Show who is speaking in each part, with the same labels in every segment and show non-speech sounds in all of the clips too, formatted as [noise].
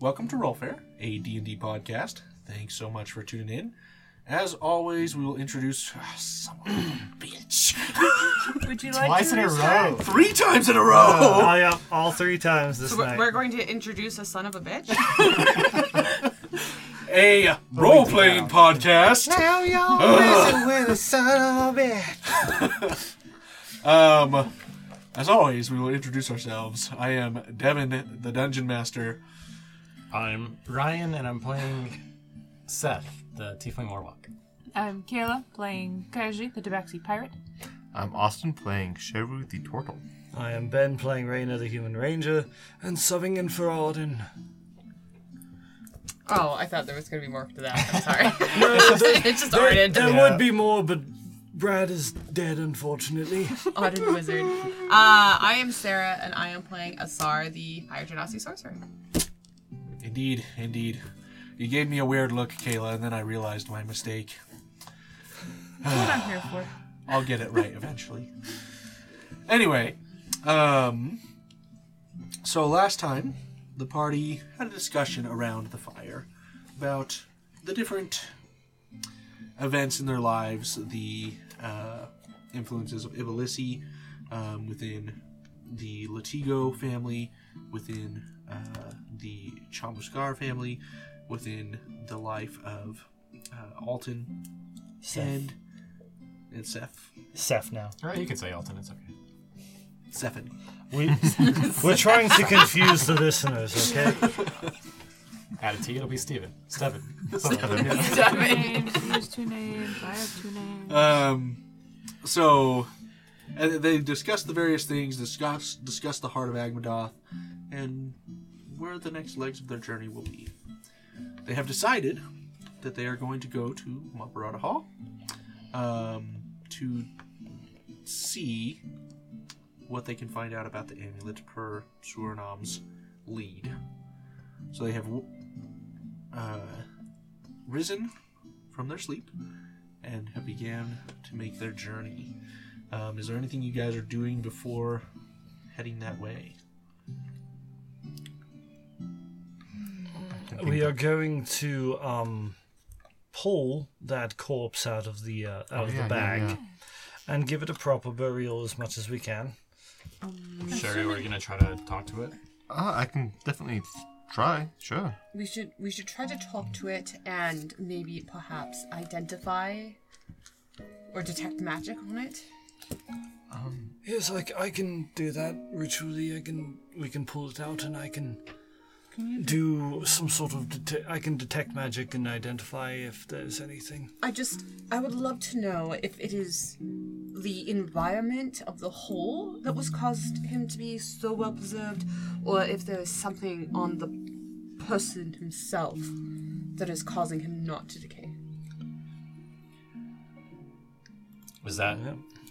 Speaker 1: Welcome to Rollfair, a D&D podcast. Thanks so much for tuning in. As always, we will introduce ah, some [clears throat] bitch
Speaker 2: Would you like
Speaker 3: Twice
Speaker 2: to
Speaker 3: in a
Speaker 2: restart?
Speaker 3: row.
Speaker 1: three times in a row.
Speaker 3: [laughs] Oh, yeah, all three times this
Speaker 2: So we're,
Speaker 3: night.
Speaker 2: we're going to introduce a son of a bitch.
Speaker 1: A role-playing podcast.
Speaker 2: [laughs]
Speaker 3: now y'all messing with the son of a bitch.
Speaker 1: Um, as always, we will introduce ourselves. I am Devin, the Dungeon Master.
Speaker 4: I'm Ryan, and I'm playing Seth, the Tiefling Warlock.
Speaker 5: I'm Um, Kayla playing Kaji, the Tabaxi pirate.
Speaker 6: I'm Austin playing Sheru the Turtle.
Speaker 3: I am Ben playing Raina the Human Ranger and subbing in for Arden.
Speaker 2: oh, I thought there was going to be more to that. I'm sorry. it's [laughs] just, it's just Arden,
Speaker 3: There
Speaker 4: Yeah.
Speaker 3: would be more, but Brad is dead, [laughs] unfortunately.
Speaker 2: Arden Wizard. Uh, I am Sarah, and I am playing Asar, the Pirate Genasi Sorcerer.
Speaker 1: Indeed, indeed. You gave me a weird look, Kayla, and then I realized my mistake.
Speaker 5: That's what I'm here for.
Speaker 1: [sighs] I'll get it right eventually. Anyway, um, so last time the party had a discussion around the fire about the different events in their lives, the uh, influences of Ibalisi um, within the Latigo family, within uh, the Chamuscar family, within the life of uh, Alton and, and Seth.
Speaker 3: Seth now.
Speaker 4: All right, you can say Alton. It's okay.
Speaker 1: Stephanie.
Speaker 3: We, we're trying to confuse the listeners, okay? [laughs]
Speaker 4: Add a T, it'll be Steven. Steven.
Speaker 5: Two names, he has two names, I have two names.
Speaker 1: Um, so uh, they discussed the various things, discussed discussed the heart of Agmadoth, and where the next legs of their journey will be. They have decided that they are going to go to Maparata Hall um, to see what they can find out about the amulet per Surinam's lead. So they have w- uh, risen from their sleep and have began to make their journey. Um, is there anything you guys are doing before heading that way?
Speaker 3: We are going to um, pull that corpse out of the uh, out of
Speaker 6: yeah,
Speaker 3: the
Speaker 6: yeah,
Speaker 3: bag
Speaker 6: yeah.
Speaker 3: and give it a proper burial as much as we can.
Speaker 4: Sherry, we're gonna try to talk to it.
Speaker 6: Uh, I can definitely try, sure.
Speaker 2: We should we should try to talk to it and maybe perhaps identify or detect magic on it.
Speaker 3: Yes, I, c- I can do that ritually. I can we can pull it out, and I can, do some sort of dete- I can detect magic and identify if there's anything.
Speaker 2: I just I would love to know if it is the environment of the hole that was caused him to be so well preserved, or if there is something on the person himself that is causing him not to decay.
Speaker 4: Was that?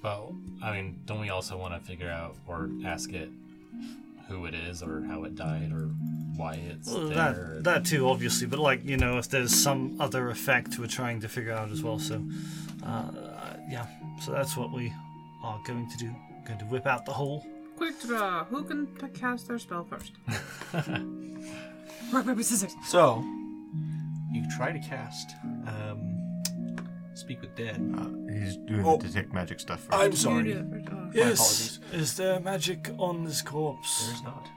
Speaker 4: Well, I mean, don't we also want to figure out or ask it who it is or how it died or why it's
Speaker 3: Well,
Speaker 4: there?
Speaker 3: that that too, obviously, but like you know, if there's some other effect we're trying to figure out as well. So, uh, yeah, so that's what we are going to do. Going to whip out the hole.
Speaker 5: [laughs] Quick draw, who can p- cast their spell first?
Speaker 2: Rock, paper, scissors.
Speaker 1: So, you try to cast um, Speak with Dead.
Speaker 6: Uh, he's doing
Speaker 1: Oh.
Speaker 6: the detect magic stuff first.
Speaker 1: I'm
Speaker 5: You do
Speaker 1: sorry.
Speaker 5: it first. Oh.
Speaker 3: Yes, is there magic on this corpse?
Speaker 1: There's not.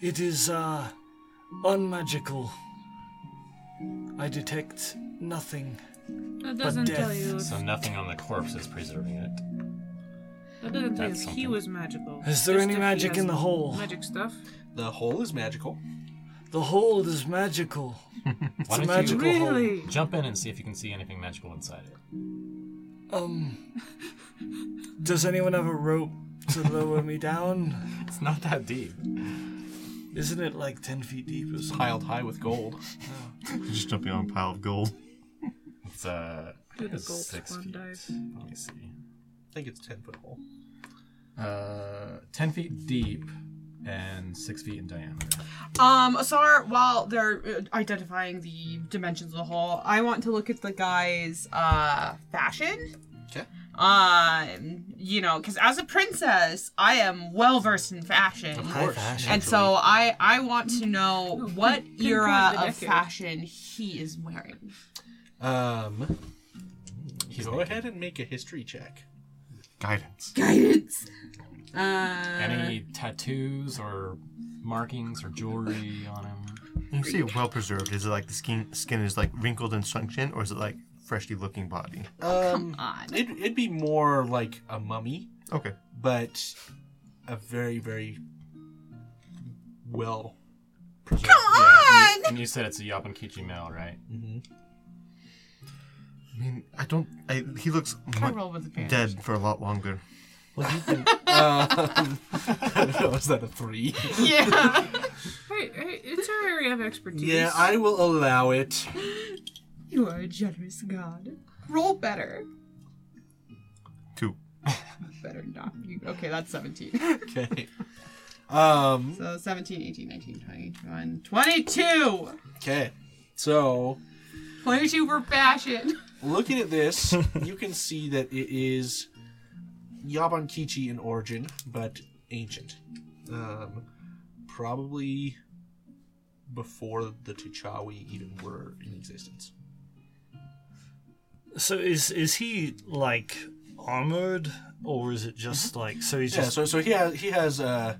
Speaker 3: It is uh unmagical. I detect nothing.
Speaker 5: That doesn't tell
Speaker 3: death-
Speaker 5: you.
Speaker 4: So nothing on the corpse is preserving it.
Speaker 5: That doesn't tell you if
Speaker 4: That's
Speaker 5: he
Speaker 4: something.
Speaker 5: was magical.
Speaker 3: Is there
Speaker 5: Just
Speaker 3: any
Speaker 5: if he
Speaker 3: magic
Speaker 5: has
Speaker 3: in the hole?
Speaker 5: Magic stuff.
Speaker 1: The hole is magical.
Speaker 3: The hole is magical. It's
Speaker 4: Why
Speaker 3: a
Speaker 4: don't
Speaker 3: magical hole.
Speaker 5: Really?
Speaker 4: you jump in and see if you can see anything magical inside it?
Speaker 3: Um Does anyone have a rope to lower me down?
Speaker 4: It's not that deep.
Speaker 3: Isn't it like ten feet deep or something?
Speaker 1: Piled high with gold.
Speaker 6: [laughs] just jumping on a pile of gold.
Speaker 4: It's uh, I think
Speaker 5: Did a
Speaker 4: it's
Speaker 5: gold
Speaker 4: six
Speaker 5: swan
Speaker 4: feet.
Speaker 5: dive.
Speaker 4: Let me see.
Speaker 1: I think it's 10 foot hole.
Speaker 4: Uh, 10 feet deep and 6 feet in diameter.
Speaker 2: Um, Asar, while they're uh, identifying the dimensions of the hole, I want to look at the guy's uh fashion.
Speaker 1: Okay.
Speaker 2: Um, you know, because as a princess, I am well versed in fashion. Of
Speaker 1: course.
Speaker 2: And so I I want to know what era
Speaker 5: the
Speaker 2: of
Speaker 5: decade.
Speaker 2: fashion he is wearing.
Speaker 1: Um, go ahead and make a history check.
Speaker 6: Guidance.
Speaker 2: Guidance. Uh,
Speaker 4: Any tattoos or markings or jewelry on him?
Speaker 6: When you say well preserved, is it like the skin skin is like wrinkled and sunken, or is it like freshly looking body?
Speaker 1: Um,
Speaker 2: on.
Speaker 1: it, it'd be more like a mummy,
Speaker 6: Okay.
Speaker 1: but a very, very well preserved.
Speaker 4: Yeah, you- and you said it's a Yapankichi male, right?
Speaker 6: I mean, I don't. I, he looks
Speaker 2: I
Speaker 6: mu-
Speaker 2: roll with advantage.
Speaker 6: dead for a lot longer.
Speaker 1: Well, you can. um, I don't [laughs] know, is that a three?
Speaker 2: Yeah.
Speaker 5: Hey, hey, it's our area of expertise.
Speaker 1: Yeah, I will allow it.
Speaker 2: you are a generous god. Roll better.
Speaker 6: Two.
Speaker 2: Better not. You, okay, that's 17.
Speaker 1: Okay. Um,
Speaker 2: So 17, 18, 19, 20, 21, 22!
Speaker 1: okay. So,
Speaker 2: 22 for fashion.
Speaker 1: looking at this, you can see that it is Yabankichi in origin, but ancient. Um, probably before the T'Chawi even were in existence.
Speaker 3: So is is he like armored, or is it just like so he's
Speaker 1: Yeah,
Speaker 3: just
Speaker 1: so so he has he has uh,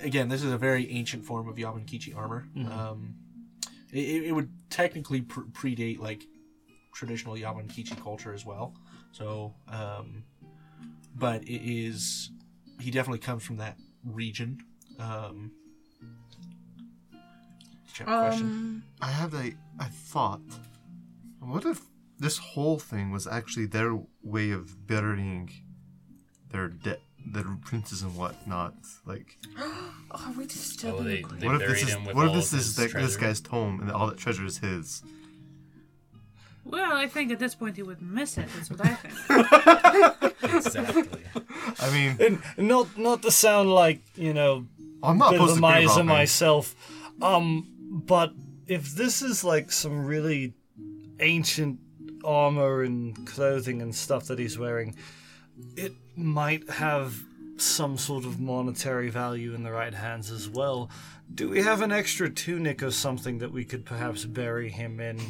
Speaker 1: again, this is a very ancient form of Yabankichi armor. Um, it- it, it would technically pr- predate like traditional Yabankichi culture as well. So, um, but it is he definitely comes from that region. Um, check question.
Speaker 5: Um,
Speaker 6: I have a. I thought. What if this whole thing was actually their way of burying their dead, their princes and whatnot? Like,
Speaker 7: Are we disturbing?
Speaker 4: they-
Speaker 7: the queen?
Speaker 4: they-
Speaker 6: what if this
Speaker 4: buried
Speaker 6: is
Speaker 4: him with
Speaker 6: what if
Speaker 4: all
Speaker 6: this
Speaker 4: of
Speaker 6: is
Speaker 4: his
Speaker 6: the, this
Speaker 4: treasure. [laughs]
Speaker 6: guy's tome and all that treasure is his?
Speaker 5: well, I think at this point he would miss it. That's what I think.
Speaker 4: Exactly.
Speaker 6: I mean,
Speaker 3: And not not to sound like you know
Speaker 6: I'm not
Speaker 3: bit
Speaker 6: supposed
Speaker 3: of a
Speaker 6: to be
Speaker 3: miser
Speaker 6: Robin.
Speaker 3: myself, um, but if this is like some really ancient armor and clothing and stuff that he's wearing, it might have some sort of monetary value in the right hands as well. Do we have an extra tunic or something that we could perhaps bury him in?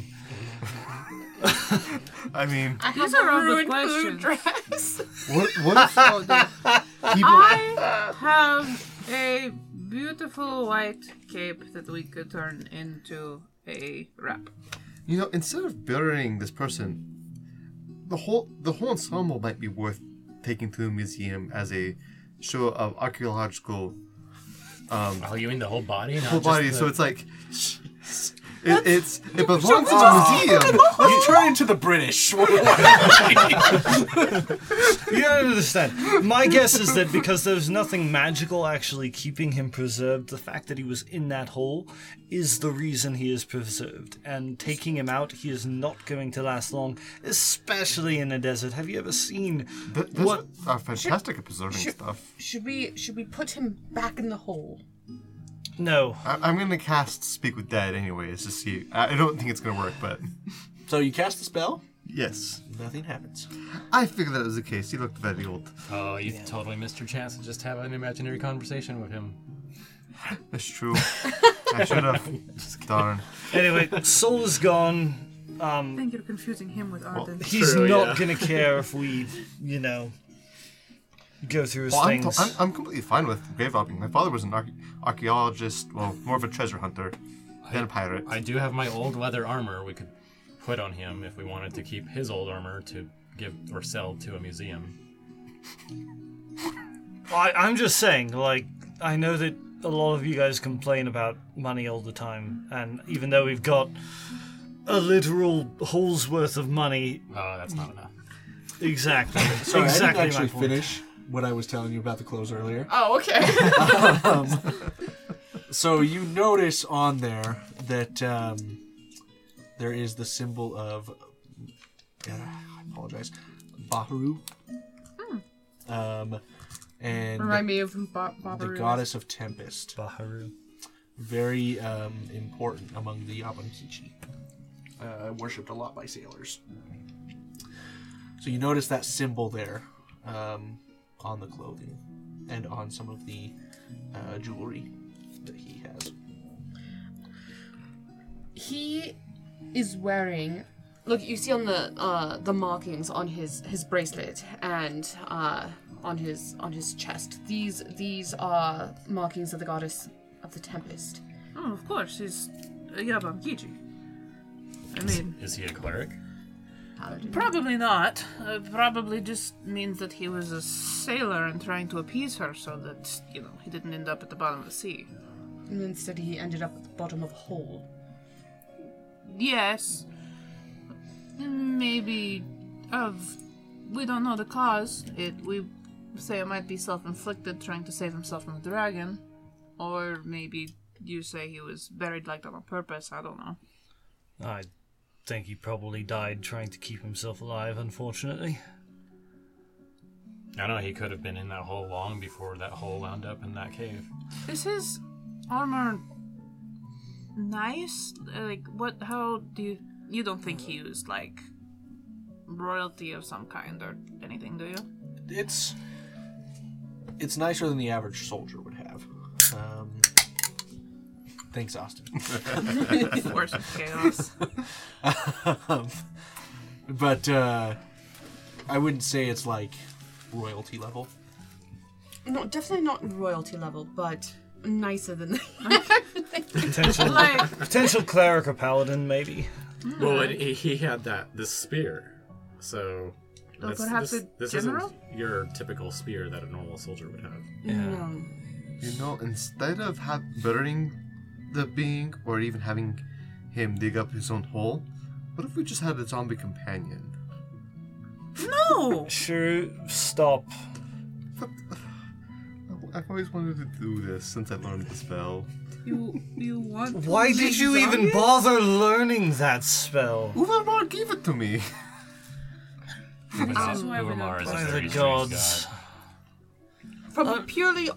Speaker 6: I mean,
Speaker 2: I
Speaker 5: These are all good questions.
Speaker 6: what what if people?
Speaker 5: I have a beautiful white cape that we could turn into a wrap.
Speaker 6: You know, instead of burying this person, the whole the whole ensemble might be worth taking to the museum as a show of archaeological um,
Speaker 4: Oh, you mean the whole body? Not
Speaker 6: whole
Speaker 4: just
Speaker 6: body.
Speaker 4: the-
Speaker 6: So it's like [laughs] it, it's it belongs in a [laughs] museum.
Speaker 1: You turn into the British. [laughs]
Speaker 3: You don't understand. My guess is that because there was nothing magical actually keeping him preserved, the fact that he was in that hole is the reason he is preserved. And taking him out, he is not going to last long, especially in a desert. Have you ever seen
Speaker 6: Th- those
Speaker 3: what?
Speaker 6: are fantastic at preserving stuff.
Speaker 7: Should we should we put him back in the hole?
Speaker 3: No.
Speaker 6: I, I'm gonna cast Speak with Dead anyways to see. I, I don't think it's gonna work, but
Speaker 1: so you cast the spell.
Speaker 6: yes,
Speaker 1: Nothing happens.
Speaker 6: I figured that was the case. He looked very old.
Speaker 4: Oh, you totally missed your chance to just have an imaginary conversation with him.
Speaker 6: That's true. I should have. Darn.
Speaker 3: Anyway, Soul is gone.
Speaker 5: I think you're confusing him
Speaker 1: [laughs]
Speaker 5: with Arden.
Speaker 3: He's not gonna care if we, you know, go through his
Speaker 6: Well, I'm,
Speaker 3: things.
Speaker 6: I'm, I'm completely fine with grave robbing. My father was an arche- archaeologist, well, more of a treasure hunter than a pirate.
Speaker 4: I do have my old leather armor we could put on him if we wanted to keep his old armor to give or sell to a museum.
Speaker 3: I, I'm just saying, like, I know that a lot of you guys complain about money all the time, and even though we've got a literal hall's worth of money,
Speaker 4: Oh, that's not enough.
Speaker 3: exactly,
Speaker 1: [laughs] Sorry,
Speaker 3: exactly
Speaker 1: I didn't
Speaker 3: my
Speaker 1: actually
Speaker 3: point.
Speaker 1: finish what I was telling you about the clothes earlier. Um,
Speaker 2: Oh,
Speaker 1: [laughs]
Speaker 2: okay. [laughs]
Speaker 1: So you notice on there that um, there is the symbol of. God, I apologize, Baharu,
Speaker 2: Hmm.
Speaker 1: um, and
Speaker 2: Remind me of who Bob Bob
Speaker 1: the goddess of tempest.
Speaker 3: Baharu.
Speaker 1: Very um, important among the Yabankichi, uh, worshipped a lot by sailors. So you notice that symbol there um, on the clothing and on some of the uh, jewelry that he has.
Speaker 7: He is wearing. Look, you see on the uh, the markings on his his bracelet and uh, on his on his chest. These these are markings of the goddess of the tempest.
Speaker 5: Oh, of course, he's a Yabamkiji. I mean,
Speaker 4: Is he a cleric?
Speaker 7: Paladin.
Speaker 5: probably not. Uh, probably just means that he was a sailor and trying to appease her so that, you know, he didn't end up at the bottom of the sea.
Speaker 7: And instead, he ended up at the bottom of a hole.
Speaker 5: Yes. Maybe of we don't know the cause. It we say it might be self-inflicted trying to save himself from a dragon or maybe you say he was buried like that on purpose. I don't know.
Speaker 3: I think he probably died trying to keep himself alive, unfortunately.
Speaker 4: I know he could have been in that hole long before that hole wound up in that cave.
Speaker 5: Is his armor nice? Like what how do you you don't think he was like royalty of some kind or anything, do you?
Speaker 1: It's it's nicer than the average soldier would have. Um, thanks, Austin.
Speaker 3: [laughs]
Speaker 5: Force of chaos.
Speaker 1: um, but uh, I wouldn't say it's like royalty level. [laughs]
Speaker 7: No, definitely not royalty level, but nicer than
Speaker 3: [laughs] Potential,
Speaker 5: like
Speaker 3: potential cleric or paladin, maybe.
Speaker 7: Uh-huh.
Speaker 8: Well, and he, he had that this spear, so that's-
Speaker 5: perhaps
Speaker 8: this,
Speaker 5: a
Speaker 8: this
Speaker 5: general?
Speaker 8: isn't your typical spear that a normal soldier would have.
Speaker 7: no.
Speaker 6: You know, instead of ha- burying the being or even having him dig up his own hole, what if we just had a zombie companion?
Speaker 5: No!
Speaker 3: Sure, stop.
Speaker 6: I- I've always wanted to do this since I learned the spell.
Speaker 5: You you want to
Speaker 3: Why
Speaker 5: make
Speaker 3: did you even
Speaker 5: zombies?
Speaker 3: bother learning that spell?
Speaker 6: Ulamar gave it to me.
Speaker 4: Ulamar,
Speaker 5: is why we
Speaker 4: Ulamar
Speaker 5: don't
Speaker 4: is a
Speaker 3: By
Speaker 4: very
Speaker 3: the
Speaker 4: strange
Speaker 3: gods.
Speaker 4: god.
Speaker 7: From a purely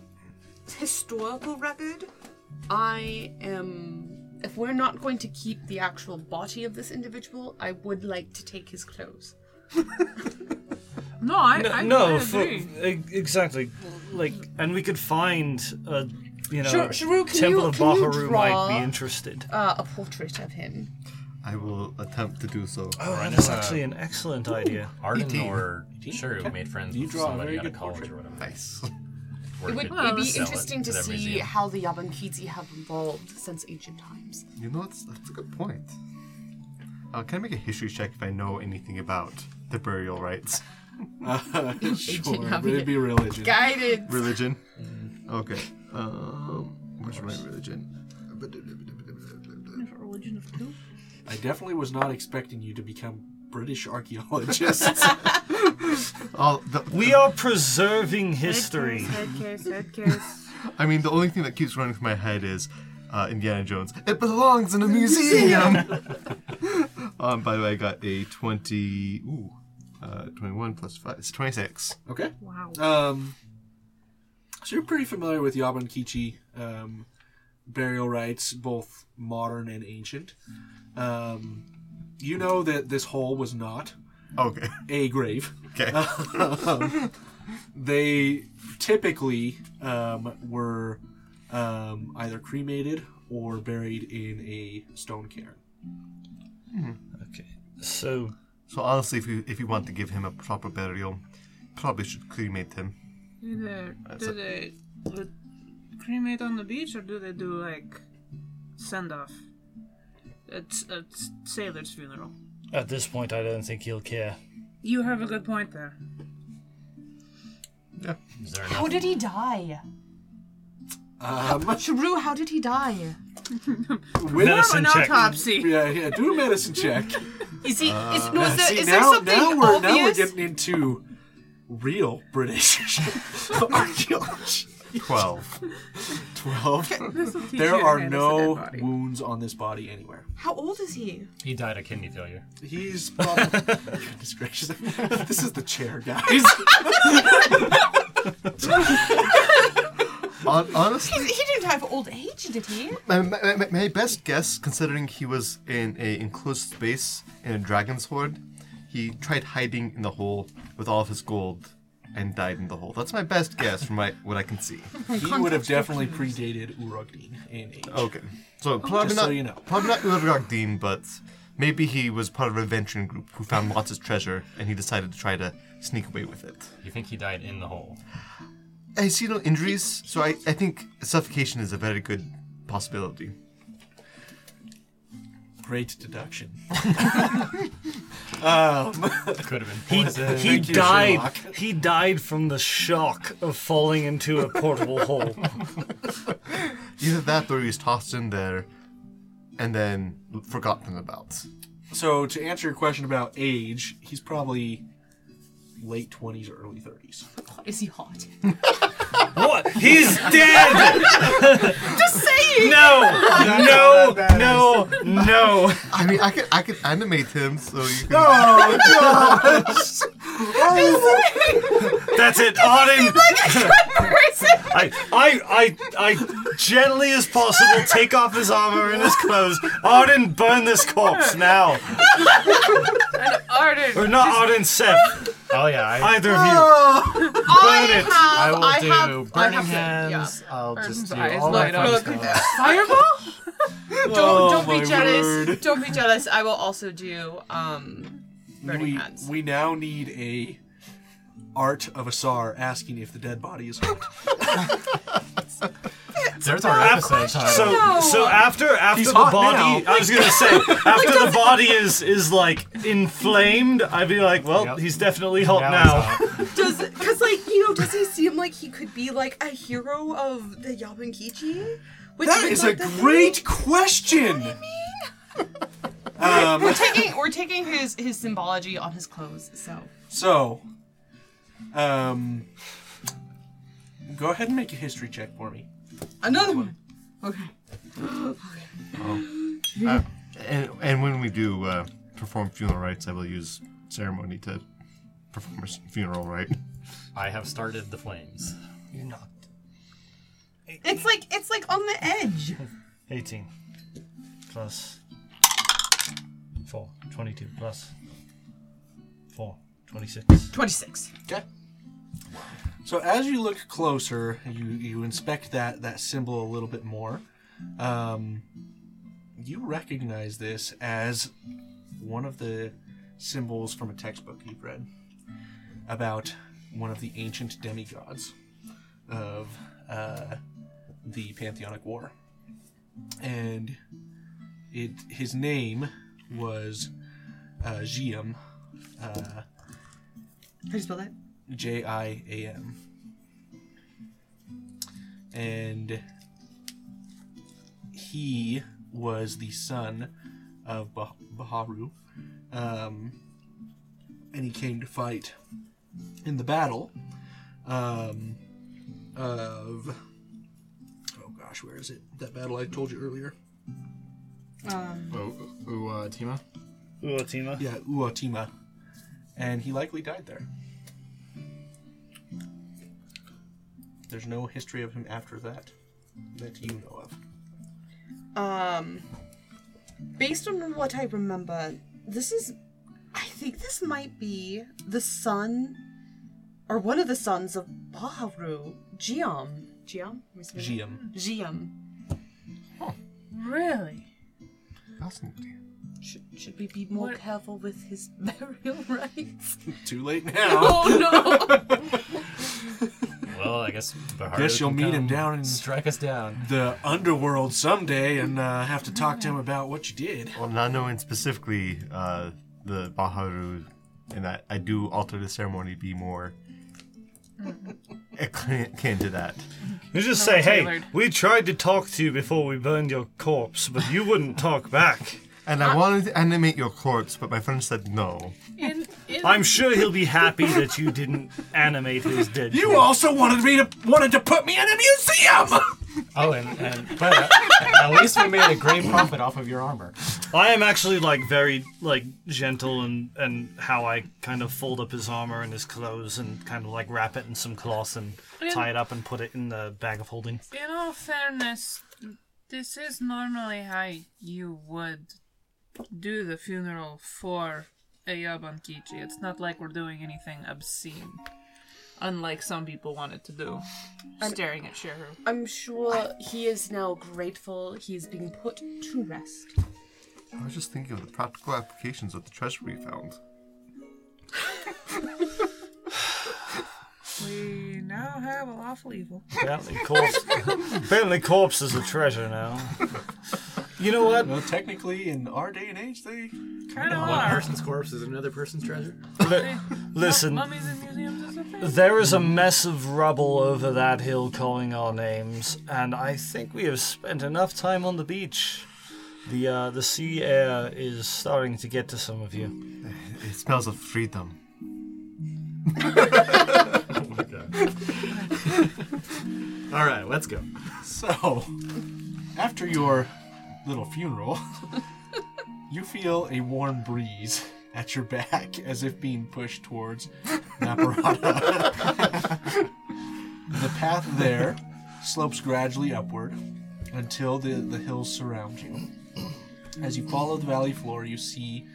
Speaker 7: historical record, I am. If we're not going to keep the actual body of this individual, I would like to take his clothes.
Speaker 5: No, I,
Speaker 3: No,
Speaker 5: I, I
Speaker 3: no for,
Speaker 5: agree.
Speaker 3: e- exactly. Like, and we could find a, you know,
Speaker 7: Shar- Sharu, can
Speaker 3: Temple
Speaker 7: you-
Speaker 3: of
Speaker 7: can you
Speaker 3: Baharu might
Speaker 7: draw?
Speaker 3: be interested.
Speaker 7: Uh, a portrait of him.
Speaker 6: I will attempt to do so.
Speaker 3: Oh, that is actually an excellent
Speaker 7: [laughs]
Speaker 3: idea.
Speaker 4: uh, Arden or sure
Speaker 1: Okay.
Speaker 4: made friends
Speaker 1: E You
Speaker 4: with
Speaker 1: draw a
Speaker 4: somebody
Speaker 1: very
Speaker 4: out of
Speaker 1: good
Speaker 4: college
Speaker 1: portrait.
Speaker 4: or whatever.
Speaker 6: Nice.
Speaker 4: Or
Speaker 7: It would
Speaker 4: could
Speaker 7: it'd be
Speaker 4: Uh, sell it
Speaker 7: interesting to
Speaker 4: their
Speaker 7: see
Speaker 4: museum.
Speaker 7: how the Yabankizi have evolved since ancient times.
Speaker 6: You know, that's, that's a good point. Uh, can I make a history check if I know anything about the burial rites?
Speaker 1: Uh, sure, but
Speaker 7: Javier.
Speaker 1: it'd be religion.
Speaker 7: Guided.
Speaker 6: Religion?
Speaker 3: Mm.
Speaker 6: Okay. Um, where's my religion?
Speaker 5: Origin of two?
Speaker 1: I definitely was not expecting you to become British [laughs]
Speaker 6: [laughs]
Speaker 1: archaeologists.
Speaker 6: Oh, the,
Speaker 3: We are preserving history.
Speaker 5: Head case, head case.
Speaker 6: I mean, the only thing that keeps running through my head is uh, Indiana Jones. It belongs in a museum. um, by the way, I got a twenty. Ooh, uh, twenty-one plus five. It's twenty-six.
Speaker 1: okay.
Speaker 5: Wow.
Speaker 1: Um, so you're pretty familiar with Yaban Kichi um, burial rites, both modern and ancient. Um, you know that this hole was not
Speaker 6: Okay. [laughs]
Speaker 1: a grave.
Speaker 6: Okay.
Speaker 1: They typically um, were um, either cremated or buried in a stone cairn.
Speaker 3: Okay, so
Speaker 6: so honestly, if you if you want to give him a proper burial, probably should cremate him.
Speaker 5: do they, do
Speaker 6: a-
Speaker 5: they uh, cremate on the beach or do they do like send off? It's a sailor's funeral.
Speaker 3: at this point, I don't think he'll care.
Speaker 5: You have a good point there.
Speaker 4: Is there
Speaker 7: How
Speaker 4: enough?
Speaker 7: did he die?
Speaker 1: Um,
Speaker 7: Sharu, how did he die?
Speaker 1: with,
Speaker 3: Medicine
Speaker 5: An
Speaker 3: check.
Speaker 5: autopsy.
Speaker 1: yeah, yeah, do a medicine check.
Speaker 7: [laughs] Is he? is, no, is there,
Speaker 1: Uh, See,
Speaker 7: is there
Speaker 1: now,
Speaker 7: something
Speaker 1: now we're
Speaker 7: obvious?
Speaker 1: now we're
Speaker 7: [laughs]
Speaker 1: getting into real British [laughs] archaeology.
Speaker 6: Twelve.
Speaker 7: [laughs]
Speaker 1: Twelve.
Speaker 5: This will teach
Speaker 1: There
Speaker 5: you to
Speaker 1: are
Speaker 5: handle
Speaker 1: no
Speaker 5: a dead body.
Speaker 1: wounds on this body anywhere.
Speaker 7: How old is he?
Speaker 4: He died of kidney failure.
Speaker 1: [laughs] He's probably goodness gracious. This is the chair, guys.
Speaker 7: [laughs]
Speaker 6: Hon- honestly,
Speaker 7: He, he didn't have old age, did he?
Speaker 6: my, my, my- my best guess, considering he was in a enclosed space in a dragon's hoard, he tried hiding in the hole with all of his gold and died in the hole. That's my best guess from my, what I can
Speaker 7: [laughs]
Speaker 6: see.
Speaker 1: He would have definitely predated Urogdin in age.
Speaker 6: Okay. So probably
Speaker 1: Just
Speaker 6: not
Speaker 1: so you know.
Speaker 6: probably not Ulragdin, but maybe he was part of an adventuring group who found lots of treasure and he decided to try to sneak away with it.
Speaker 4: You think he died in the hole?
Speaker 6: I see no injuries, so I, I think suffocation is a very good possibility.
Speaker 1: Great deduction.
Speaker 4: Could have been
Speaker 3: He,
Speaker 4: poison.
Speaker 3: he
Speaker 1: you,
Speaker 3: died.
Speaker 1: Sherlock.
Speaker 3: He died from the shock of falling into a portable [laughs] hole.
Speaker 6: Either that or he was tossed in there and then forgotten about.
Speaker 1: So to answer your question about age, he's probably late twenties or early thirties.
Speaker 2: Is he hot?
Speaker 3: What? He's dead.
Speaker 2: [laughs] Just saying.
Speaker 3: No. No. No. No.
Speaker 6: I mean, I could I could animate him so you
Speaker 1: [laughs]
Speaker 6: can.
Speaker 1: Oh,
Speaker 3: That's it. Auden.
Speaker 2: Person.
Speaker 3: I, I, I, I, gently as possible, take off his armor and his clothes. Arden, burn this corpse now.
Speaker 5: Arden!
Speaker 3: Or not Arden, Seth.
Speaker 4: Oh yeah, I,
Speaker 3: Either of you.
Speaker 1: Oh, [laughs]
Speaker 2: I
Speaker 3: Burn it.
Speaker 2: have.
Speaker 4: I
Speaker 2: I,
Speaker 4: will do
Speaker 2: have. I
Speaker 4: burning
Speaker 2: have
Speaker 4: hands.
Speaker 2: To,
Speaker 4: I'll just do
Speaker 5: eyes
Speaker 4: all that
Speaker 5: light
Speaker 4: fun
Speaker 5: up.
Speaker 4: stuff.
Speaker 5: Fireball?
Speaker 2: yeah. Don't,
Speaker 1: Oh,
Speaker 2: don't
Speaker 1: my
Speaker 2: be jealous.
Speaker 1: word.
Speaker 2: Don't be jealous. I will also do um, burning
Speaker 1: we,
Speaker 2: hands.
Speaker 1: we now need a art of Asar asking if the dead body is hot.
Speaker 4: There's our episode
Speaker 2: Oh,
Speaker 3: So,
Speaker 4: title.
Speaker 3: so after after
Speaker 1: He's
Speaker 3: the
Speaker 1: hot
Speaker 3: body,
Speaker 1: now.
Speaker 3: I was gonna
Speaker 2: [laughs]
Speaker 3: say after the body is is like inflamed, I'd be like, well,
Speaker 4: Yep.
Speaker 3: he's definitely hot
Speaker 4: Now
Speaker 3: now.
Speaker 4: it's on.
Speaker 7: Does because like you know does he seem like he could be like a hero of the Yabunkichi? Which
Speaker 1: That
Speaker 7: would,
Speaker 1: is a
Speaker 7: like, the
Speaker 1: great question.
Speaker 2: We're taking we're taking his his symbology on his clothes. So
Speaker 1: So, um, go ahead and make a history check for me.
Speaker 2: another one.
Speaker 6: Uh, and, and when we do uh, perform funeral rites, I will use ceremony to perform a s- funeral rite.
Speaker 4: I have started the flames.
Speaker 3: You're not
Speaker 2: It's like it's like on the edge.
Speaker 3: eighteen plus four. 22 plus four. 26.
Speaker 2: Twenty six.
Speaker 1: Okay. So as you look closer, you you inspect that that symbol a little bit more. Um, you recognize this as one of the symbols from a textbook you've read about one of the ancient demigods of uh, the Pantheonic War, and it his name was uh, Giam. Uh,
Speaker 2: How do you spell that?
Speaker 1: J I A M. And he was the son of bah- Baharu. Um, and he came to fight in the battle um, of. Oh gosh, where is it? That battle I told you earlier.
Speaker 8: Oh, oh, uh, Tima?
Speaker 1: Yeah, Uotima. And he likely died there. There's no history of him after that that you know of.
Speaker 7: Um, based on what I remember, this is. I think this might be the son, or one of the sons of Baharu, Jiam. Jiam? Am I saying it?
Speaker 1: Jiam.
Speaker 7: Jiam.
Speaker 5: Really?
Speaker 6: Fascinating.
Speaker 7: Should, should we be more
Speaker 5: What-
Speaker 7: careful with his [laughs] burial rites?
Speaker 1: Too late [laughs] now.
Speaker 7: Oh no!
Speaker 4: Well, I guess Baharu
Speaker 1: Guess you'll
Speaker 4: can
Speaker 1: meet
Speaker 4: come
Speaker 1: him down in-
Speaker 4: strike us down.
Speaker 1: the underworld someday and uh, have to talk to him about what you did.
Speaker 6: Well, not knowing specifically uh, the Baharu, and I, I do alter the ceremony to be more Mm-hmm. akin akin to that.
Speaker 3: You just say, hey,
Speaker 5: tailored.
Speaker 3: we tried to talk to you before we burned your corpse, but you wouldn't talk back.
Speaker 6: And I wanted to animate your corpse, but my friend said no.
Speaker 5: In, in,
Speaker 3: I'm sure he'll be happy that you didn't animate his dead.
Speaker 1: You
Speaker 3: corpse.
Speaker 1: also wanted me to wanted to put me in a museum.
Speaker 4: Oh, and, and but uh, at least we made a great profit off of your armor.
Speaker 3: I am actually like very like gentle and and how I kind of fold up his armor and his clothes and kind of like wrap it in some cloth and tie it up and put it in the bag of holding.
Speaker 5: in all fairness, this is normally how you would do the funeral for a job on Kichi. It's not like we're doing anything obscene, unlike some people wanted to do, staring at Sheru.
Speaker 7: I'm sure he is now grateful he is being put to rest.
Speaker 6: I was just thinking of the practical applications of the treasure we found.
Speaker 5: We now have a lawful evil.
Speaker 3: Apparently, corpse, [laughs] apparently corpse is a treasure now. You know what?
Speaker 1: Well, technically, in our day and age, they
Speaker 5: Kind of
Speaker 8: One
Speaker 5: are.
Speaker 8: person's corpse is another person's treasure.
Speaker 3: Li- listen,
Speaker 5: Mummies in museums is a thing.
Speaker 3: there is a mess of rubble over that hill calling our names, and I think we have spent enough time on the beach. The uh, the sea air is starting to get to some of you.
Speaker 6: It smells of freedom.
Speaker 4: Oh
Speaker 8: [laughs] All right, let's go.
Speaker 1: So, after your little funeral, [laughs] you feel a warm breeze at your back as if being pushed towards Naparata. [laughs] the path there slopes gradually upward until the, the hills surround you. As you follow the valley floor, you see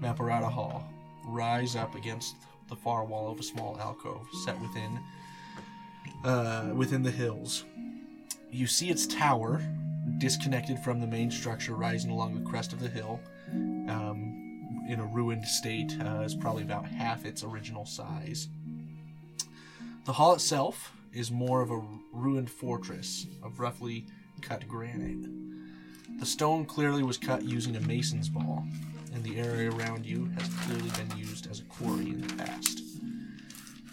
Speaker 1: Maparata Hall rise up against the far wall of a small alcove set within uh, within the hills. You see its tower, disconnected from the main structure, rising along the crest of the hill, um, in a ruined state. Uh, it's probably about half its original size. The hall itself is more of a ruined fortress of roughly cut granite. The stone clearly was cut using a mason's ball, and the area around you has clearly been used as a quarry in the past.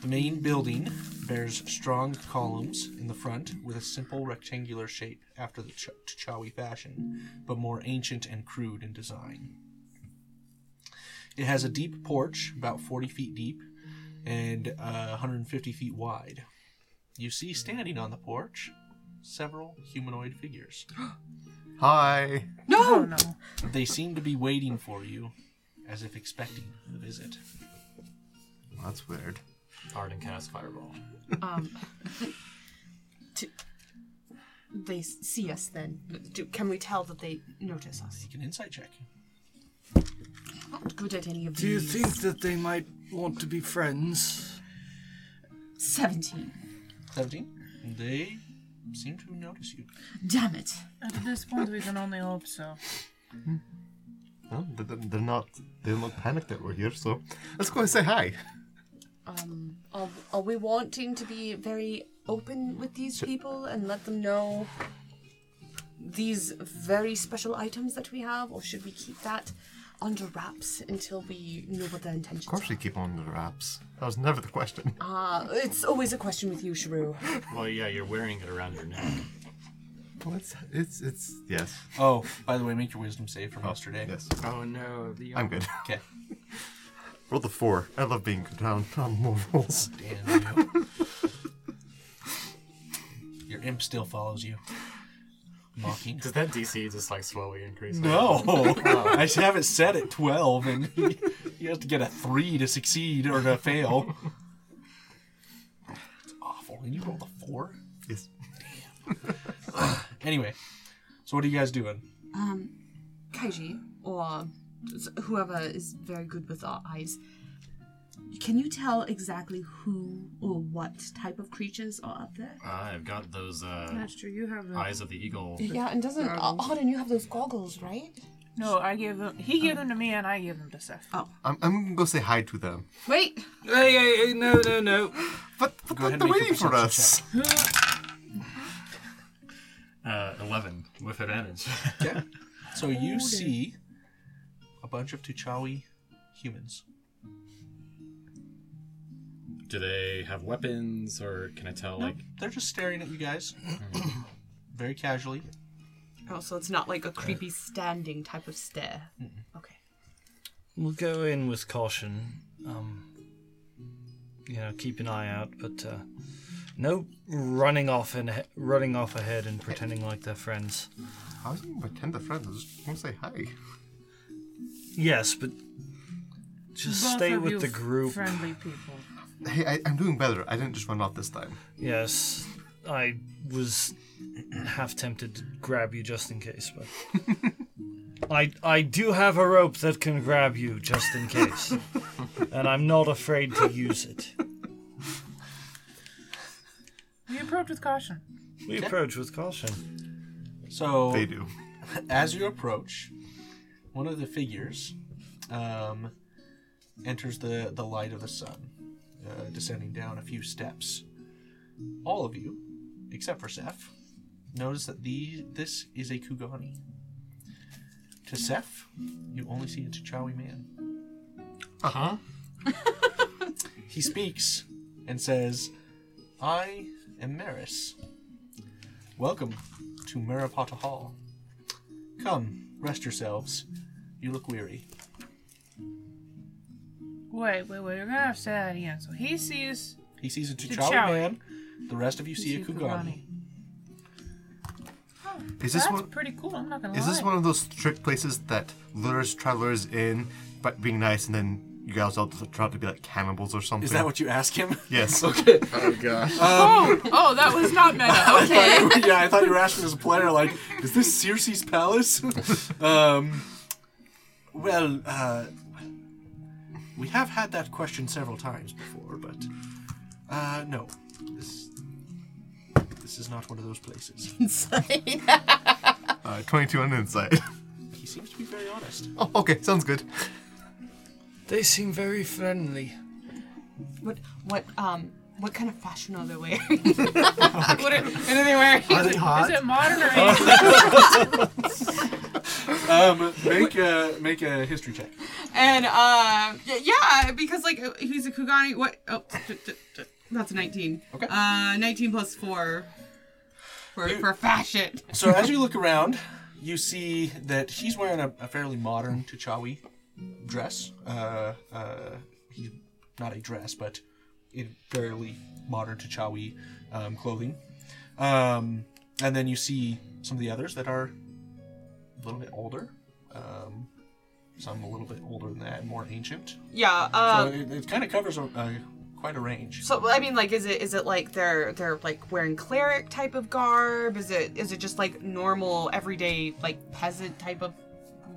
Speaker 1: The main building bears strong columns in the front with a simple rectangular shape after the Ch- Chawi fashion, but more ancient and crude in design. It has a deep porch, about 40 feet deep and uh, 150 feet wide. You see standing on the porch several humanoid figures.
Speaker 6: Hi.
Speaker 5: Oh, No, no.
Speaker 1: They seem to be waiting for you, as if expecting the visit.
Speaker 6: That's weird.
Speaker 4: Arden casts fireball.
Speaker 7: Um, to, they s- see us then. Do, can we tell that they notice us?
Speaker 1: Make an insight check.
Speaker 7: Not good at any of these.
Speaker 3: Do you think that they might want to be friends?
Speaker 7: 17.
Speaker 1: 17. They seem to notice you.
Speaker 7: Damn it.
Speaker 5: At this point, we can only hope so.
Speaker 6: Well, they- they- they're not. They don't look panicked that we're here, so let's go and say hi.
Speaker 7: Um, are, are we wanting to be very open with these people and let them know these very special items that we have, or should we keep that under wraps until we know what their intentions
Speaker 6: Of course, we
Speaker 7: are?
Speaker 6: keep on the wraps. That was never the question.
Speaker 1: Um,
Speaker 6: [laughs]
Speaker 7: Ah, it's always a question with you, Shrew.
Speaker 4: Well, yeah, you're wearing it around your neck.
Speaker 6: Well, it's it's it's yes.
Speaker 1: Oh, by the way, make your wisdom save from yesterday.
Speaker 6: Yes,
Speaker 8: Oh no, the
Speaker 6: I'm good. [laughs]
Speaker 1: Okay.
Speaker 6: Roll the four. I love being good on on more rolls.
Speaker 1: Damn you. Your imp still follows you. Mocking.
Speaker 8: Does that DC just like slowly increase?
Speaker 1: No! I should have it set at 12, and [laughs] he, he has to get a 3 to succeed or to fail. It's awful. And you rolled a 4?
Speaker 6: Yes.
Speaker 1: Anyway, so what are you guys doing?
Speaker 7: Kaiji, or s- whoever is very good with our eyes, can you tell exactly who or what type of creatures are up there?
Speaker 4: I've got those uh,
Speaker 5: That's true. You have the
Speaker 4: eyes of the eagle.
Speaker 7: Yeah, and doesn't Auden, you have those goggles, right?
Speaker 5: No, I gave them. He gave them to me, and I gave them to Seth.
Speaker 6: I'm I'm gonna go say hi to them.
Speaker 7: Wait,
Speaker 3: Hey, hey, hey, no, no, no.
Speaker 6: But but
Speaker 1: Go ahead
Speaker 6: they're,
Speaker 1: and
Speaker 6: they're
Speaker 1: make your
Speaker 6: waiting for
Speaker 1: perception
Speaker 6: us.
Speaker 4: Uh, Eleven with advantage.
Speaker 1: Yeah. So you see a bunch of Tuchawi humans.
Speaker 4: [laughs] Do they have weapons, or can I tell? Like,
Speaker 1: They're just staring at you guys. [clears throat] Very casually.
Speaker 7: Oh, so it's not like a creepy standing type of stare. Okay.
Speaker 3: We'll go in with caution. Um, you know, keep an eye out, but uh, no running off and he- running off ahead and pretending like they're friends.
Speaker 6: [laughs] I was gonna pretend they're friends. I just want to say hi.
Speaker 3: Yes, but just
Speaker 5: Both
Speaker 3: stay
Speaker 5: of you
Speaker 3: with the
Speaker 5: f-
Speaker 3: group.
Speaker 5: Friendly people.
Speaker 6: Hey, I, I'm doing better. I didn't just run off this time.
Speaker 3: Yes, I
Speaker 5: [laughs]
Speaker 3: was half tempted to grab you just in case, but I I do have a rope that can grab you just in
Speaker 5: [laughs]
Speaker 3: case, and I'm not afraid to use it.
Speaker 5: We approach with caution.
Speaker 3: We approach with caution.
Speaker 1: So
Speaker 6: They do.
Speaker 1: as you approach, one of the figures um, enters the, the light of the sun, uh, descending down a few steps. All of you, except for Seth, notice that the, this is a Kugani. To Seth, you only see a T'Chawi man.
Speaker 8: Uh huh.
Speaker 4: Uh-huh.
Speaker 1: He speaks and says, I am Maris. Welcome to Maripata Hall. Come, rest yourselves. You look weary.
Speaker 5: Wait, wait, wait. You're gonna have to say that again. So he sees
Speaker 1: He sees a T'Challa
Speaker 5: T'Challa.
Speaker 1: man. The rest of you see a
Speaker 5: see
Speaker 1: Kugani.
Speaker 6: Is this
Speaker 5: that's
Speaker 6: one?
Speaker 5: pretty cool. I'm not gonna
Speaker 6: Is
Speaker 5: lie.
Speaker 6: this one of those trick places that lures travelers in by being nice, and then you guys all just try to be like cannibals or something?
Speaker 1: Is that what you ask him? [laughs]
Speaker 6: Yes. [laughs]
Speaker 1: okay.
Speaker 8: Oh gosh.
Speaker 5: Oh, oh, that was not [laughs] meta. Okay.
Speaker 1: yeah, I thought you were asking as a player, like, is this Circe's palace? [laughs] um, well, uh, we have had that question several times before, but uh, no, this this is not one of those places.
Speaker 6: Uh, Twenty-two on insight.
Speaker 1: He seems to be very honest.
Speaker 6: [laughs] oh, okay, sounds good.
Speaker 3: They seem very friendly.
Speaker 2: What what um what kind of fashion are they wearing? [laughs] what, are, what are they wearing?
Speaker 8: Are they hot?
Speaker 5: Is it modern or ancient?
Speaker 1: Um, make a make a history check.
Speaker 2: And uh, y- yeah, because like uh, he's a Kugani. What? Oh, d- d- d- that's a nineteen.
Speaker 1: Okay.
Speaker 2: Uh, nineteen plus four. For, for fashion.
Speaker 1: So as you look around, you see that he's wearing a, a fairly modern T'Chawi dress. Uh, uh, he's not a dress, but in fairly modern T'Chawi um, clothing. Um, and then you see some of the others that are a little bit older. Um, some a little bit older than that, more ancient.
Speaker 2: Yeah.
Speaker 1: So
Speaker 2: Um.
Speaker 1: it, it kind of covers a, a, quite a range.
Speaker 2: So I mean, like, is it is it like they're they're like wearing cleric type of garb? Is it is it just like normal everyday like peasant type of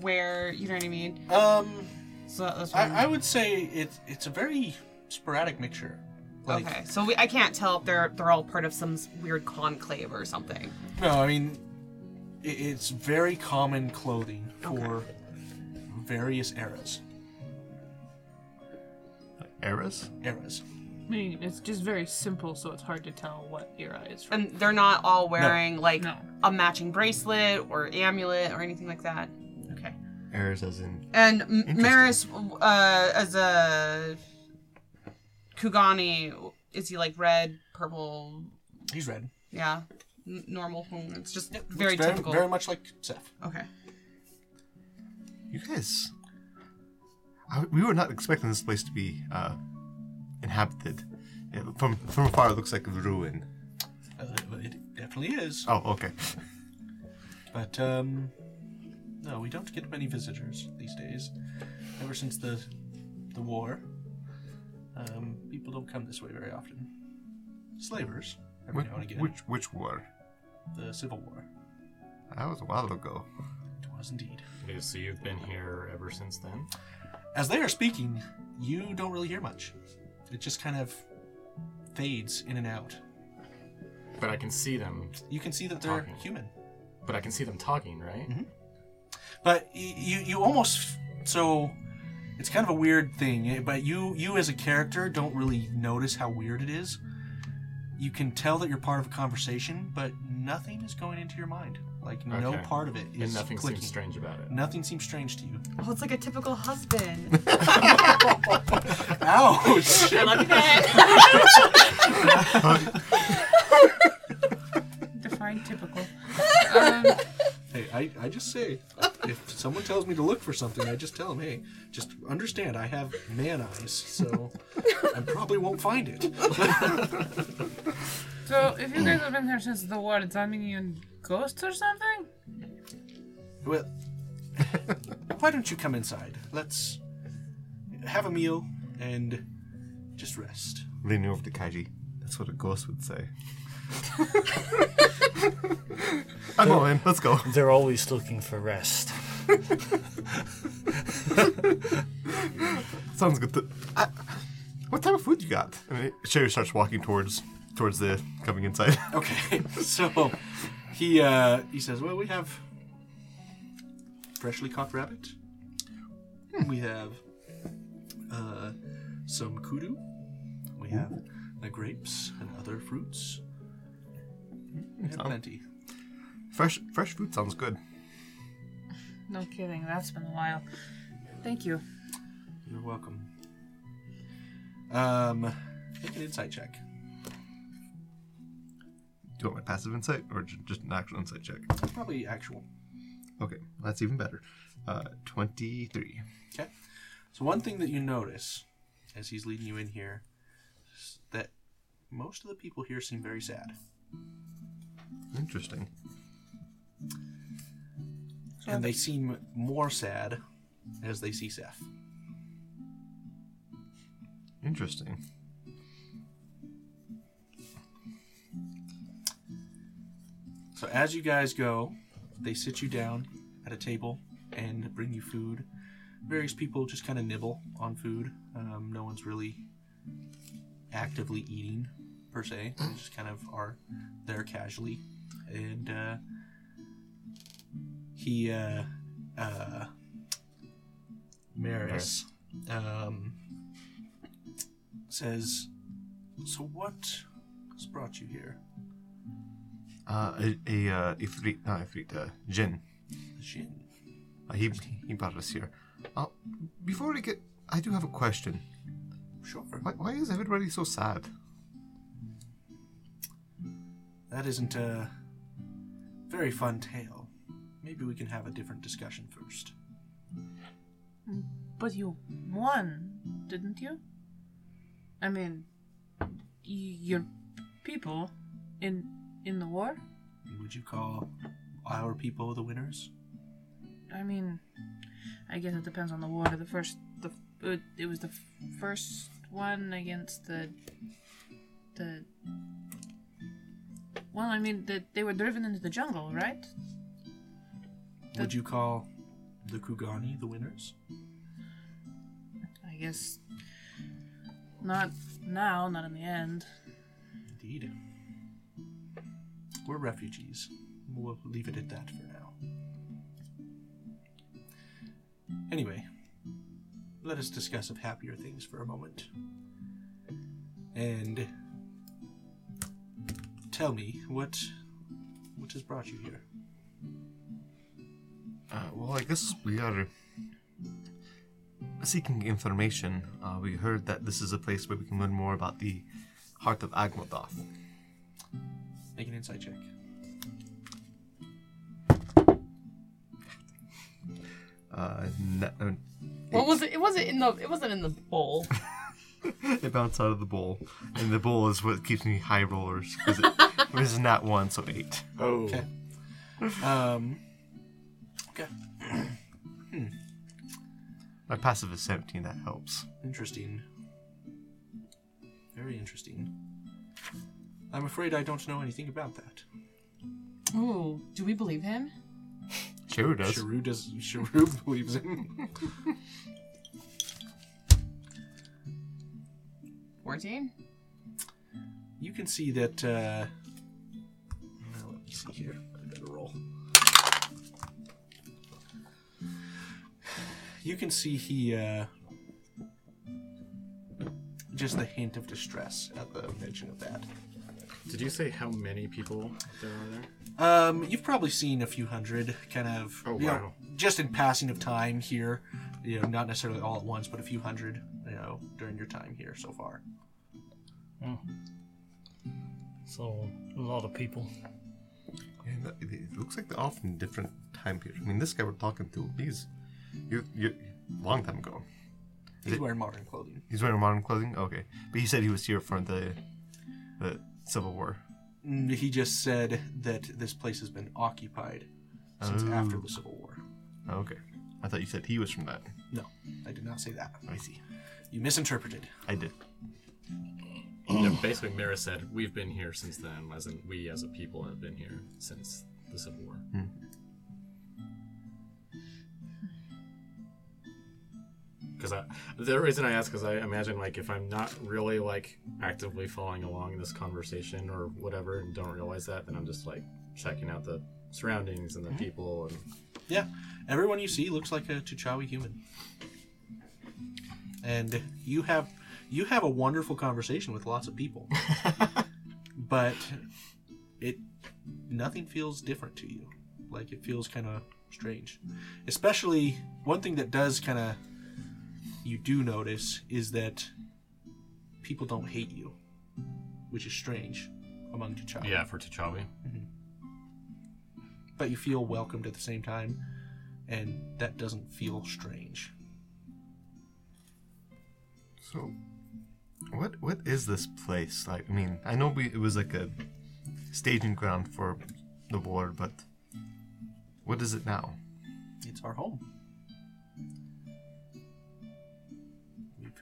Speaker 2: wear? You know what I mean?
Speaker 1: Um,
Speaker 2: So that's what
Speaker 1: I, I would say it, it's a very sporadic mixture. Like,
Speaker 2: okay. So we, I can't tell if they're they're all part of some s- weird conclave or something.
Speaker 1: No, I mean, i- it's very common clothing for various eras.
Speaker 6: Eris.
Speaker 1: Eras.
Speaker 5: I mean, it's just very simple, so it's hard to tell what era it's from.
Speaker 2: And they're not all wearing like
Speaker 5: No.
Speaker 2: a matching bracelet or amulet or anything like that. Okay.
Speaker 6: Eris, as in
Speaker 2: And M- Maris, uh, as a Kugani, is he like red, purple?
Speaker 1: He's red.
Speaker 2: Yeah, N- normal. Hmm, It's just
Speaker 1: Yep,
Speaker 2: very
Speaker 1: looks
Speaker 2: typical.
Speaker 1: Very much like Seth.
Speaker 2: Okay.
Speaker 6: you guys. I, we were not expecting this place to be uh, inhabited. Yeah, from from afar, it looks like a ruin.
Speaker 1: Uh, it definitely is.
Speaker 6: Oh, okay.
Speaker 1: But, um, no, we don't get many visitors these days. Ever since the the war, um, people don't come this way very often. Slavers, every
Speaker 6: Which,
Speaker 1: now and again.
Speaker 6: which which war?
Speaker 1: The Civil War.
Speaker 6: That was a while ago.
Speaker 1: It was indeed.
Speaker 4: Okay, so you've been here ever since then?
Speaker 1: as they are speaking, you don't really hear much. It just kind of fades in and out.
Speaker 4: But I can see them.
Speaker 1: You can see that they're
Speaker 4: Talking.
Speaker 1: human,
Speaker 4: But I can see them talking, right?
Speaker 1: but y- you you almost so it's kind of a weird thing. eh, But you you as a character don't really notice how weird it is. You can tell that you're part of a conversation, but nothing is going into your mind. Like no
Speaker 4: Okay.
Speaker 1: part of it is
Speaker 4: And nothing
Speaker 1: clicking.
Speaker 4: seems strange about it.
Speaker 1: Nothing seems strange to you.
Speaker 2: Oh, it's like a typical husband.
Speaker 1: Ouch! [laughs]
Speaker 2: I love you,
Speaker 6: [laughs]
Speaker 2: babe.
Speaker 5: Define typical. Um,
Speaker 1: Hey, I, I just say, if someone tells me to look for something, I just tell them, hey, just understand I have man eyes, so I probably won't find it.
Speaker 5: so if you guys have been here since the war, does that mean you're ghosts or something?
Speaker 1: Well, why don't you come inside? Let's have a meal and just rest.
Speaker 6: Leaning over the kaiji. That's what a ghost would say. I'm all in. Let's go.
Speaker 3: They're always looking for rest.
Speaker 6: Sounds good. To, I, what type of food you got? I mean, Sherry starts walking towards towards the coming inside. [laughs]
Speaker 1: Okay, [laughs] so he uh, he says, "Well, we have freshly caught rabbit. We have uh, some kudu. We have the grapes and other fruits. We have
Speaker 6: Sound-
Speaker 1: plenty.
Speaker 6: fresh fresh food sounds good.
Speaker 5: No kidding, that's been a while. Thank you.
Speaker 1: You're welcome. Um, make an insight check.
Speaker 6: Do you want my passive insight or ju- just an actual insight check?
Speaker 1: Probably actual."
Speaker 6: Okay, that's even better. Uh, Twenty three.
Speaker 1: Okay. So one thing that you notice as he's leading you in here is that most of the people here seem very sad.
Speaker 6: Interesting.
Speaker 1: And they seem more sad as they see Seth.
Speaker 6: Interesting.
Speaker 1: So as you guys go, they sit you down at a table and bring you food. Various people just kind of nibble on food. Um, no one's really actively eating per se. They just kind of are there casually. And uh, he, uh, uh, Maris, um, says, "So what has brought you here,
Speaker 6: Uh, a a uh, ifrit, not ifrit, uh, jinn.
Speaker 1: Jin?"
Speaker 6: Uh, he he brought us here. Uh, before we get, I do have a question.
Speaker 1: Sure.
Speaker 6: Why, why is everybody so sad?
Speaker 1: That isn't a very fun tale. Maybe we can have a different discussion first.
Speaker 5: But you won, didn't you? I mean, y- your people in in the war.
Speaker 1: Would you call our people the winners?
Speaker 5: I mean, I guess it depends on the war. The first, the it, it was the f- first one against the the. Well, I mean that they were driven into the jungle, right?
Speaker 1: Would
Speaker 5: That-
Speaker 1: you call the Kugani the winners?
Speaker 5: I guess not now, not in the end.
Speaker 1: Indeed. We're refugees. We'll leave it at that for now. Anyway, let us discuss of happier things for a moment. And tell me what what has brought you here.
Speaker 6: Uh, well, I guess we are seeking information. Uh, we heard that this is a place where we can learn more about the heart of Agmodoth.
Speaker 1: Make an insight check.
Speaker 6: Uh, na- uh, [laughs]
Speaker 9: What was it? It wasn't in the. It wasn't in the bowl.
Speaker 6: it bounced out of the bowl, and the bowl is what keeps me high rollers because it [laughs] was not one, so eight.
Speaker 8: Oh.
Speaker 1: Okay. Um. Okay.
Speaker 6: My passive is seventeen. That helps.
Speaker 1: Interesting. Very interesting. I'm afraid I don't know anything about that.
Speaker 9: Ooh, do we believe him?
Speaker 6: Sure does.
Speaker 1: Sharu does. Sharu [laughs] believes him.
Speaker 9: 14?
Speaker 1: You can see that. Uh, well, let me see here. I better roll. You can see he. Uh, just a hint of distress at the mention of that.
Speaker 8: Did you say how many people there are [clears throat] there?
Speaker 1: Um, you've probably seen a few hundred, kind of.
Speaker 8: Oh,
Speaker 1: you know,
Speaker 8: wow.
Speaker 1: just in passing of time here, you know, not necessarily all at once, but a few hundred, you know, during your time here so far.
Speaker 3: So, a lot of people.
Speaker 6: Yeah, no, it, it looks like they're all from different time periods. I mean, this guy we're talking to, he's you, you, long time ago.
Speaker 1: He's
Speaker 6: it-
Speaker 1: wearing modern clothing.
Speaker 6: He's wearing modern clothing. Okay, but he said he was here for the the Civil War.
Speaker 1: Mm, He just said that this place has been occupied since after the Civil War.
Speaker 6: Oh. Okay, I thought you said he was from that.
Speaker 1: No, I did not say that.
Speaker 6: I see.
Speaker 1: You misinterpreted.
Speaker 6: I did.
Speaker 4: Yeah, basically, Mira said, We've been here since then, as in, we as a
Speaker 8: Hmm.
Speaker 4: people have been here since the Civil War.
Speaker 8: because the reason I ask is I imagine like if I'm not really like actively following along in this conversation or whatever and don't realize that, then I'm just like checking out the surroundings and the people and
Speaker 1: Yeah, everyone you see looks like a Tuchawi human, and you have you have a wonderful conversation with lots of people, but it nothing feels different to you. Like it feels kind of strange, especially one thing that does kind of you do notice is that people don't hate you, which is strange among Tuchawi.
Speaker 4: Yeah, for T'Chabi.
Speaker 1: but you feel welcomed at the same time, and that doesn't feel strange.
Speaker 6: So, what what is this place like? I mean, I know we, it was like a staging ground for the war, but what is it now?
Speaker 1: It's our home. We've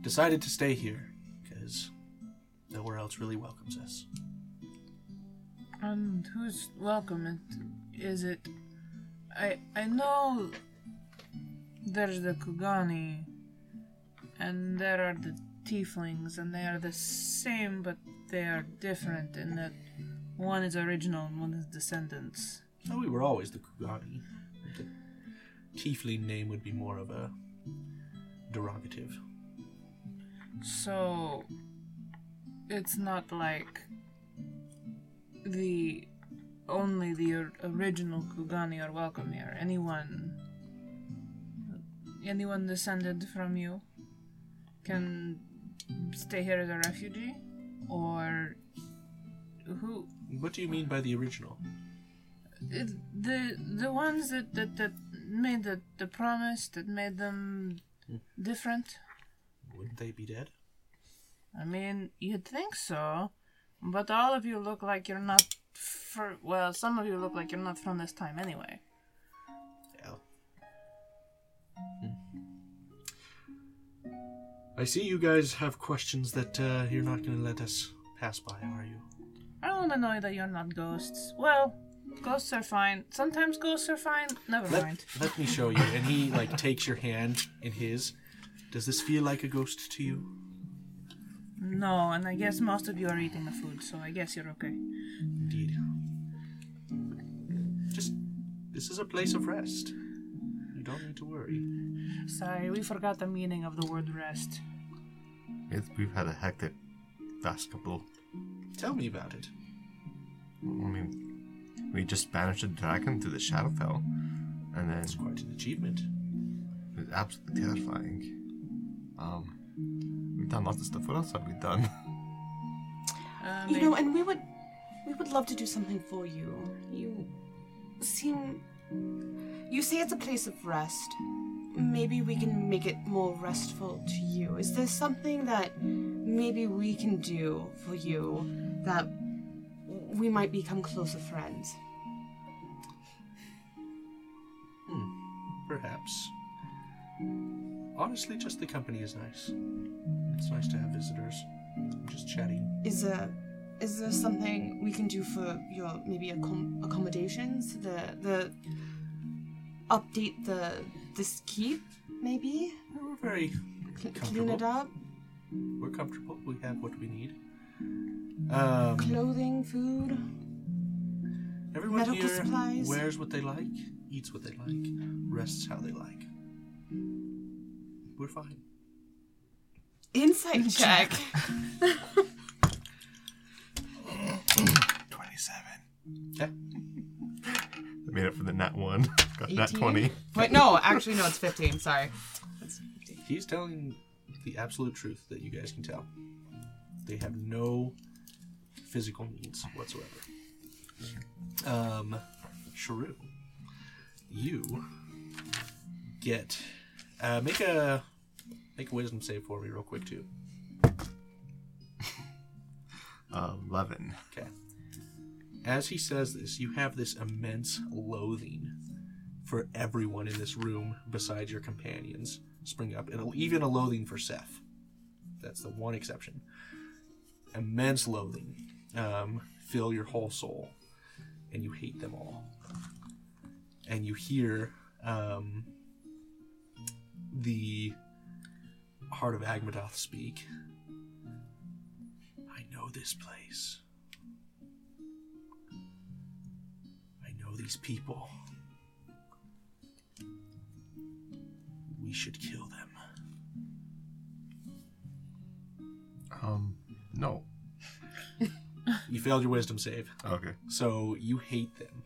Speaker 1: decided to stay here because nowhere else really welcomes us.
Speaker 5: And who's welcome? It- Is it? I I know there's the Kugani, and there are the Tieflings, and they are the same, but they are different in that one is original and one is descendants.
Speaker 1: No, we were always the Kugani. The tiefling name would be more of a derogative.
Speaker 5: So it's not like the only the or- original Kugani are welcome here. Anyone anyone descended from you can stay here as a refugee or who
Speaker 1: What do you mean by the original?
Speaker 5: it, the the ones that that, that made the, the promise that made them different
Speaker 1: Wouldn't they be dead?
Speaker 5: I mean, you'd think so, but all of you look like you're not. For well, some of you look like you're not from this time anyway.
Speaker 1: Yeah. Hmm. I see you guys have questions that uh, you're not going to let us pass by, are you?
Speaker 5: I don't want to know that you're not ghosts. Well, ghosts are fine. Sometimes ghosts are fine. Never
Speaker 1: Let,
Speaker 5: mind.
Speaker 1: let me show you. And he like takes your hand in his. Does this feel like a ghost to you?
Speaker 5: No, and I guess most of you are eating the food, so I guess you're okay.
Speaker 1: Indeed. Just this is a place of rest. You don't need to worry.
Speaker 5: Sorry, we forgot the meaning of the word rest.
Speaker 6: It's, we've had a hectic last couple.
Speaker 1: Tell me about it.
Speaker 6: I mean, we just banished a dragon to the Shadowfell, and then
Speaker 1: It's quite an achievement.
Speaker 6: It was absolutely terrifying. Um, we've done lots of stuff. What else have we done? [laughs]
Speaker 5: Uh,
Speaker 2: You know, and we would we would love to do something for you. You seem you say it's a place of rest. Maybe we can make it more restful to you. Is there something that maybe we can do for you that we might become closer friends?
Speaker 1: Perhaps. Honestly, just the company is nice. It's nice to have visitors. Just chatting.
Speaker 2: Is there is there something we can do for your maybe accom- accommodations? The the update the this
Speaker 9: [laughs]
Speaker 2: keep maybe
Speaker 1: We're very
Speaker 2: Cl- clean it
Speaker 1: comfortable.
Speaker 2: up.
Speaker 1: We're comfortable. We have what we need. Um,
Speaker 2: Clothing, food.
Speaker 1: everyone
Speaker 2: medical
Speaker 1: here
Speaker 2: supplies.
Speaker 1: wears what they like, eats what they like, rests how they like. We're fine.
Speaker 2: [laughs] Insight check.
Speaker 6: Twenty-seven.
Speaker 1: Yeah.
Speaker 6: I made up for the nat one. [laughs] Got nat
Speaker 2: 18?
Speaker 6: twenty.
Speaker 2: Wait, no, actually, no, it's 15. Sorry. That's 15.
Speaker 1: He's telling the absolute truth that you guys can tell. They have no physical needs whatsoever. Um, Sharu, you get uh, make a make a wisdom save for me real quick too.
Speaker 6: Uh, Eleven.
Speaker 1: Okay. As he says this, you have this immense loathing for everyone in this room besides your companions spring up, and even a loathing for Seth. That's the one exception. Immense loathing um, fill your whole soul, and you hate them all. And you hear um, the heart of Agmadoth speak. I know this place. I know these people. We should kill them.
Speaker 6: Um, no.
Speaker 1: You failed your wisdom save.
Speaker 6: Okay.
Speaker 1: So you hate them.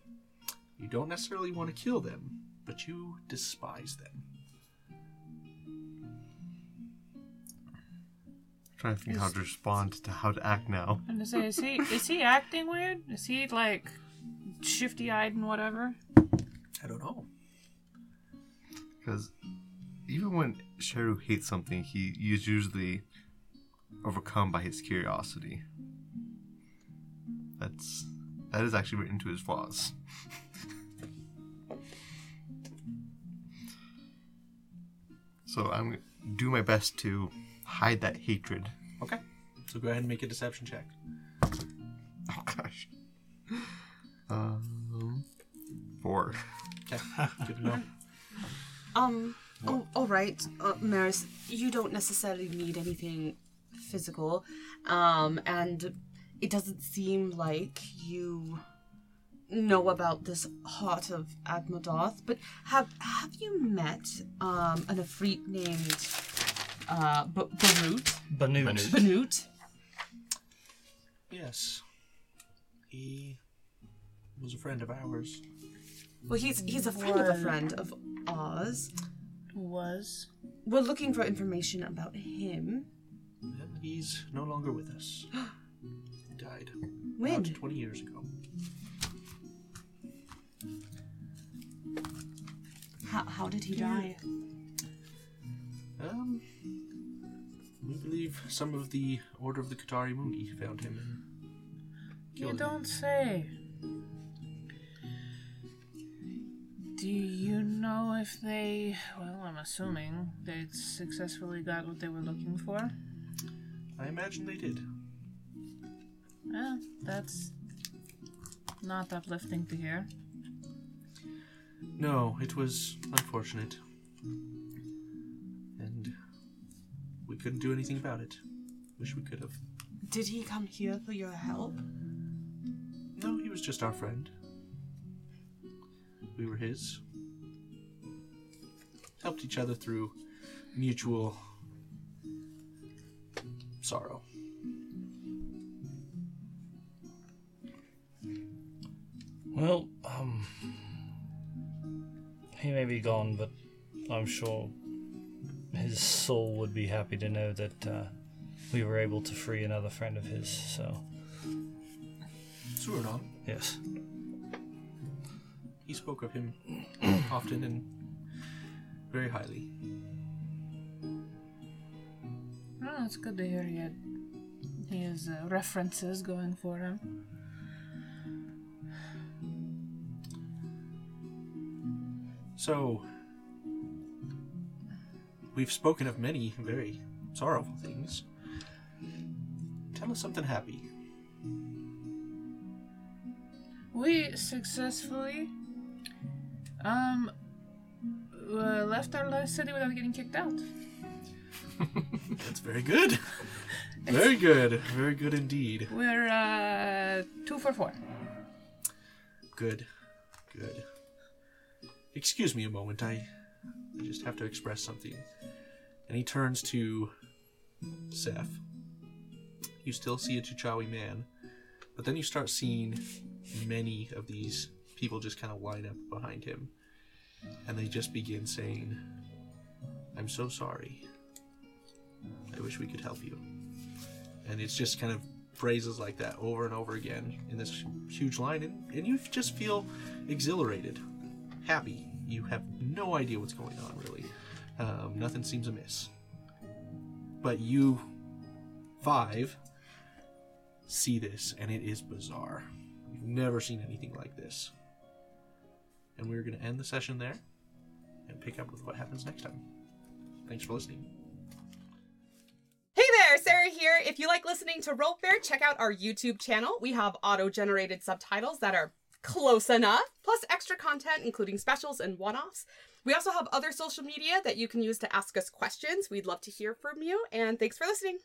Speaker 1: You don't necessarily want to kill them, but you despise them.
Speaker 6: trying to think how to respond to how to act now.
Speaker 5: And to say, is he is he acting weird? Is he like shifty eyed and whatever?
Speaker 1: I don't know.
Speaker 6: Because even when Sheru hates something, he is usually overcome by his curiosity. That's that is actually written to his flaws. [laughs] so I'm gonna do my best to hide that hatred. [laughs]
Speaker 1: Okay. So go ahead and make a deception check.
Speaker 6: Oh gosh. Um, four.
Speaker 1: Okay. [laughs] Good to know.
Speaker 2: Um. Oh, all right, uh, Maris. You don't necessarily need anything physical, um, and it doesn't seem like you know about this heart of Admodoth. But have have you met um, an Afrit named uh, B- Barut?
Speaker 3: Banute.
Speaker 2: Banut.
Speaker 1: Yes. He was a friend of ours.
Speaker 2: Well, he's he's a friend of a friend of ours.
Speaker 5: Was
Speaker 2: We're looking for information about him.
Speaker 1: And he's no longer with [gasps] us. He died
Speaker 2: When?
Speaker 1: about 20 years ago.
Speaker 2: How, how did he die?
Speaker 1: Um, we believe some of the Order of the Qatari Mungi found him and
Speaker 5: you
Speaker 1: killed him.
Speaker 5: don't say. Do you know if they? Well, I'm assuming they successfully got what they were looking for.
Speaker 1: I imagine they did.
Speaker 5: Well, that's not uplifting to hear.
Speaker 1: No, it was unfortunate. And we couldn't do anything about it. Wish we could have.
Speaker 2: Did he come here for your help?
Speaker 1: No, he was just our friend. We were his. Helped each other through mutual sorrow.
Speaker 3: Well, um, he may be gone, but I'm sure his soul would be happy to know that uh, we were able to free another friend of his. So,
Speaker 1: Surinam,
Speaker 3: yes,
Speaker 1: he spoke of him often and very highly.
Speaker 5: Well, it's good to hear he had he has uh, references going for him.
Speaker 1: So, we've spoken of many very sorrowful things. Tell us something happy.
Speaker 5: We successfully um uh, left our last city without getting kicked out.
Speaker 1: That's very good. Very good. Very good indeed.
Speaker 5: We're uh, two for four.
Speaker 1: Good. Good. Excuse me a moment. I, I just have to express something. And he turns to Seth. You still see a Chichawi man, but then you start seeing many of these people just kind of line up behind him. And they just begin saying, I'm so sorry. I wish we could help you. And it's just kind of phrases like that over and over again in this huge line, and, and you just feel exhilarated, happy. You have no idea what's going on, really. Um, nothing seems amiss. But you five see this, and it is bizarre. You've never seen anything like this. And we're going to end the session there and pick up with what happens next time. Thanks for listening.
Speaker 10: Hey there, Sarah here. If you like listening to Rope Bear, check out our YouTube channel. We have auto generated subtitles that are close enough, plus extra content, including specials and one offs.
Speaker 2: We also have other social media that you can use to ask us questions. We'd love to hear from you, and thanks for listening.